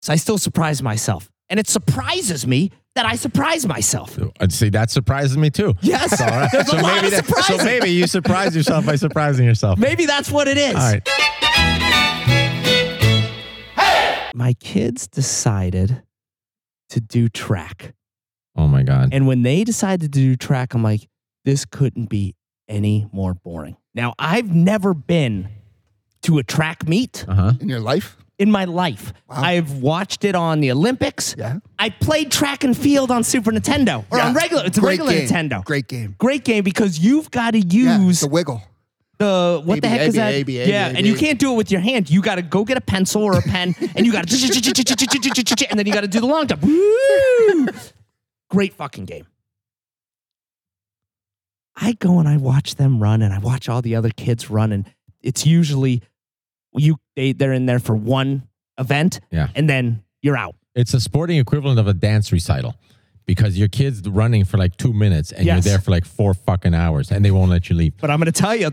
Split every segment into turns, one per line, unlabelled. So I still surprise myself. And it surprises me that I surprise myself.
I'd say Uh, that surprises me too.
Yes.
All right.
There's a
so
lot
maybe
of
that- so
surprises.
maybe you surprise yourself by surprising yourself.
Maybe that's what it is.
All right.
My kids decided to do track.
Oh my god.
And when they decided to do track, I'm like, this couldn't be any more boring. Now, I've never been to a track meet
Uh huh.
in your life.
in my life. I've watched it on the Olympics.
Yeah.
I played track and field on Super Nintendo or on
Yeah.
regular. It's a
Great
regular
game.
Nintendo.
Great game.
Great game because you've got to
Yeah,
use
the wiggle.
the what the
ABA,
heck is that?
ABA,
yeah,
ABA.
and you can't do it with your hand. You got to go get a pencil or a pen, and you got to and then you got to do the long jump. Woo! Great fucking game. I go and I watch them run, and I watch all the other kids run, and it's usually you they they're in there for one event,
Yeah.
and then you're out.
It's a sporting equivalent of a dance recital because your kid's running for like two minutes and
Yes.
you're there for like four fucking hours and they won't let you leave.
But I'm going to tell you,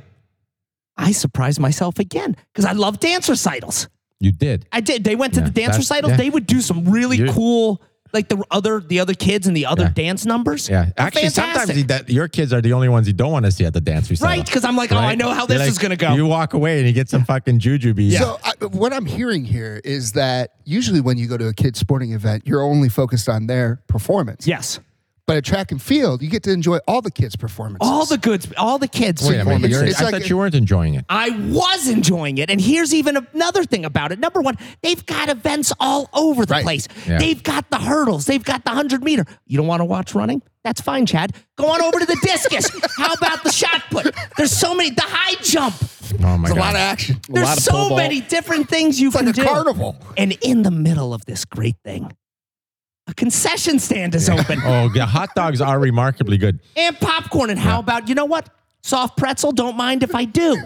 I surprised myself again because I love dance recitals.
You did.
I did. They went to
Yeah,
the dance
that's-
recitals.
yeah.
They would do some really
You-
cool, like the other the other kids and the other
Yeah.
dance numbers.
Yeah.
They're
Actually, sometimes
fantastic.
you, that, your kids are the only ones you don't want to see at the dance recital.
right? Because I'm like, oh, I
Right?
know how
You're
this
like-
is going to go.
You walk away and you get some fucking juju bees.
So I, what I'm hearing here is that usually when you go to a kid's sporting event, you're only focused on their performance.
yes,
But at track and field, you get to enjoy all the kids' performances.
all the goods, all the kids.
Wait a minute.
It's
You're, I
like
thought
a-
you weren't enjoying it.
I was enjoying it. And here's even another thing about it. Number one, they've got events all over the
Right.
place.
Yeah.
They've got the hurdles, they've got the 100 meter. You don't want to watch running? That's fine, Chad. Go on over to the discus. How about the shot put? There's so many, the high jump.
Oh my
It's a
god.
lot of action. a lot
There's
of
so
pole vault.
many different things you
It's
can
like a
do.
carnival.
And in the middle of this great thing, a concession stand is open
Oh, the hot dogs are remarkably good.
and popcorn. And how about, you know what? Soft pretzel, don't mind if I do.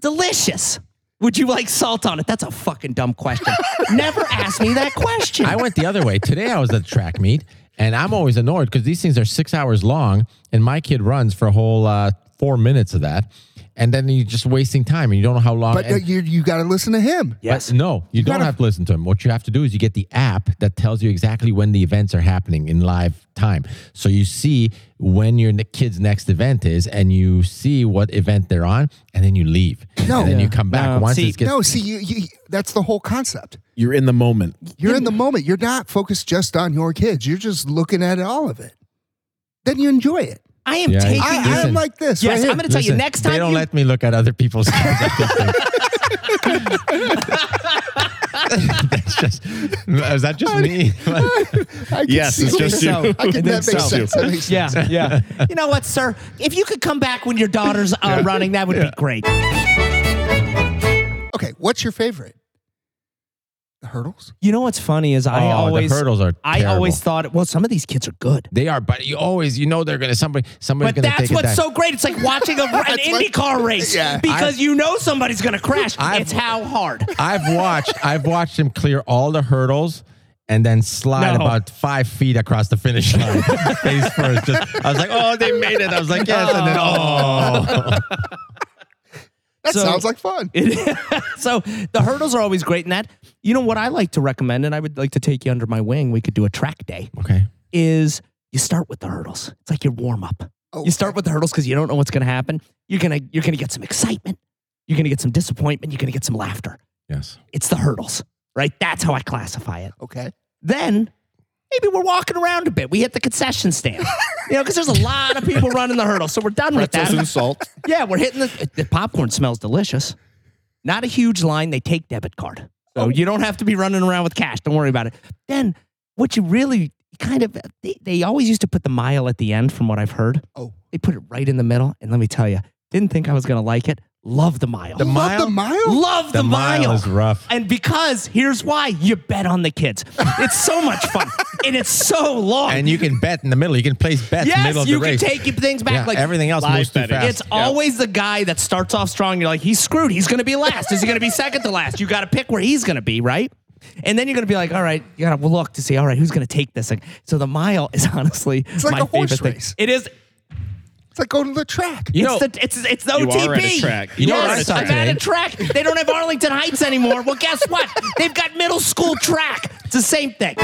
Delicious. Would you like salt on it? That's a fucking dumb question. Never ask me that question.
I went the other way. Today I was at track meet, and I'm always annoyed because these things are six hours long, and my kid runs for a whole uh, four minutes of that, and then you're just wasting time, and you don't know how long.
But uh,
and-
you you got to listen to him.
yes.
no, you, don't
gotta-
have to listen to him. What you have to do is you get the app that tells you exactly when the events are happening in live time. So you see when your ne- kid's next event is, and you see what event they're on, and then you leave.
No.
and then you
Yeah.
come back
No.
once
See,
it's get,
no, see, you, you that's the whole concept.
You're in the moment.
You're in the moment. You're not focused just on your kids. You're just looking at all of it. Then you enjoy it.
I am
Yeah,
taking.
I, I
Listen.
am like this.
yes,
right here.
I'm going to tell you
Listen,
next time.
They don't
you,
let me look at other people's kids. at this thing. That's just. Is that just me?
I can
Yes,
see
it's
it.
just
you.
I
I
can,
think
that makes
so.
sense. That makes sense.
yeah, yeah. you know what, sir? If you could come back when your daughter's uh, running, that would be great.
Okay, what's your favorite? The hurdles?
You know what's funny is I
Oh, the
always
hurdles are
I
terrible.
always thought, well, some of these kids are good.
they are, but you always, you know, they're gonna somebody, somebody's
But
gonna
that's
take it
what's
down.
so great. It's like watching a, an
That's what-
IndyCar race
Yeah.
because you know somebody's going to crash.
I've-
it's how hard.
I've watched, I've watched him clear all the hurdles. And then slide
No.
about five feet across the finish line, face first. Just, I was like, "Oh, they made it!" I was like, "Yes," and then, "Oh,
That
So-
sounds like fun.
It- so the hurdles are always great in that. You know what I like to recommend, and I would like to take you under my wing. We could do a track day.
okay."
Is you start with the hurdles. It's like your warm up.
Oh,
You start with the hurdles because you don't know what's going to happen. You're gonna you're gonna get some excitement. You're gonna get some disappointment. You're gonna get some laughter.
Yes.
It's the hurdles, right? That's how I classify it.
Okay.
then maybe we're walking around a bit. We hit the concession stand, you know, because there's a lot of people running the hurdle. So we're done with
Pretzels and
that.
salt.
Yeah, we're hitting the, the popcorn smells delicious. Not a huge line. They take debit card, so you don't have to be running around with cash. Don't worry about it. Then what you really kind of they, they always used to put the mile at the end, from what I've heard.
Oh.
They put it right in the middle, and let me tell you, didn't think I was gonna like it. Love the mile.
Love the mile?
Love the,
The mile is rough.
And because here's why you bet on the kids. It's so much fun and it's so long.
And you can bet in the middle. You can place bets in the
yes,
middle of
you
the
can
race.
take things back.
Yeah,
like
everything else
live
moves too
betting.
fast.
It's always the guy that starts off strong. You're like, he's screwed. He's going to be last. Is he going to be second to last? You got to pick where he's going to be, right? And then you're going to be like, all right, you got to look to see, all right, who's going to take this? Like, so the mile is honestly
like
my
a horse
favorite
race.
thing. It is.
It's like going to the track.
It's
know-
the it's it's the
You
OTB.
are at a track. You
are
yes,
at a
I'm
track.
at a track. They don't have Arlington Heights anymore. Well, guess what? They've got middle school track. It's the same thing.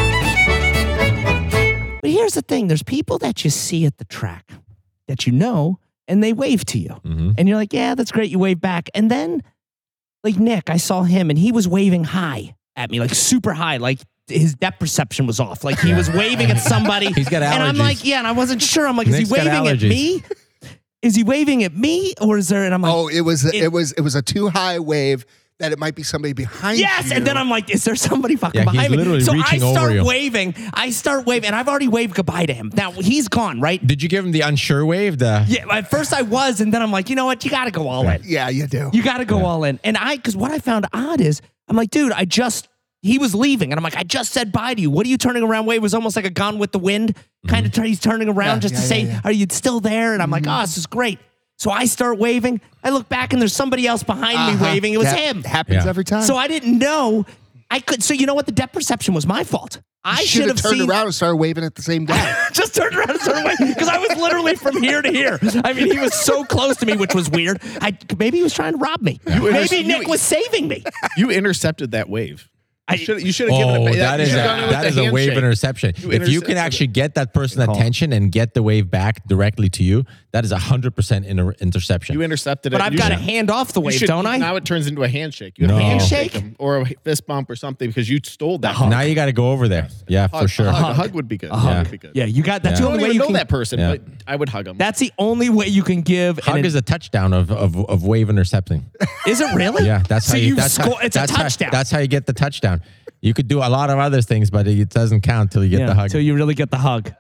But here's the thing: there's people that you see at the track that you know, and they wave to you, and you're like, "Yeah, that's great." You wave back, and then, like Nick, I saw him, and he was waving high at me, like super high, like. His depth perception was off. Like he was waving at somebody.
He's got
And I'm
allergies.
like, yeah, and I wasn't sure. I'm like, is
Nick's
he
got
waving at
allergies.
me? Is he waving at me or is there? And I'm like,
Oh, it was it,
It-
was it was a too high wave that it might be somebody behind.
yes.
you.
And then I'm like, is there somebody fucking
Yeah, he's
behind me?
literally
So I
reaching over
start
you.
waving. I start waving, and I've already waved goodbye to him. Now he's gone, right?
Did you give him the unsure wave? The
Yeah. At first I was, and then I'm like, you know what? You got to go all in.
yeah, you do.
You got to go all in. And I, because what I found odd is, I'm like, dude, I just he was leaving, and I'm like, I just said bye to you. What are you turning around? Wave It was almost like a Gone with the Wind
Mm-hmm.
kind of. Turn, he's turning around
Yeah,
just to
yeah,
say,
yeah, Mm-hmm. yeah.
are you still there? And I'm like, oh, this is great. So I start waving. I look back, and there's somebody else behind me
Uh-huh.
waving. It was
That
him.
Happens
Yeah.
every time.
So I didn't know. I could. So you know what? The depth perception was my fault. I should have
turned
seen.
around and started waving at the same guy.
Just turned around and started away because I was literally from here to here. I mean, he was so close to me, which was weird. I maybe he was trying to rob me. maybe
you-
Nick was saving me.
You intercepted that wave.
I-
You should you should have given
oh,
it.
that
you
is a,
should've gone in with
that
the
is a wave
handshake.
interception.
You
if you
intercepted
can actually
it.
get that person's attention and get the wave back directly to you, that is a hundred percent inter- interception.
you intercepted it.
but I've
You
got to
should-
hand off the
you
wave,
should-
don't I?
Now it turns into a handshake. You have to
No.
handshake
Handshake?
him or a fist bump or something because you stole that.
now you got to go over there. Yeah, for
hug.
sure.
A hug, a hug would be good. A hug would be good.
yeah, you got. That's
Yeah.
the
I
only way
don't even
you
know
can.
that person,
Yeah.
but I would hug him.
That's the only way you can give. and
Hug
it-
is a touchdown of, of, of wave intercepting.
is it really?
Yeah, that's
so
how you. that's
score.
how,
it's
that's
a
how-
touchdown.
that's how you get the touchdown. You could do a lot of other things, but it doesn't count till you get
yeah,
the hug.
So you really get the hug.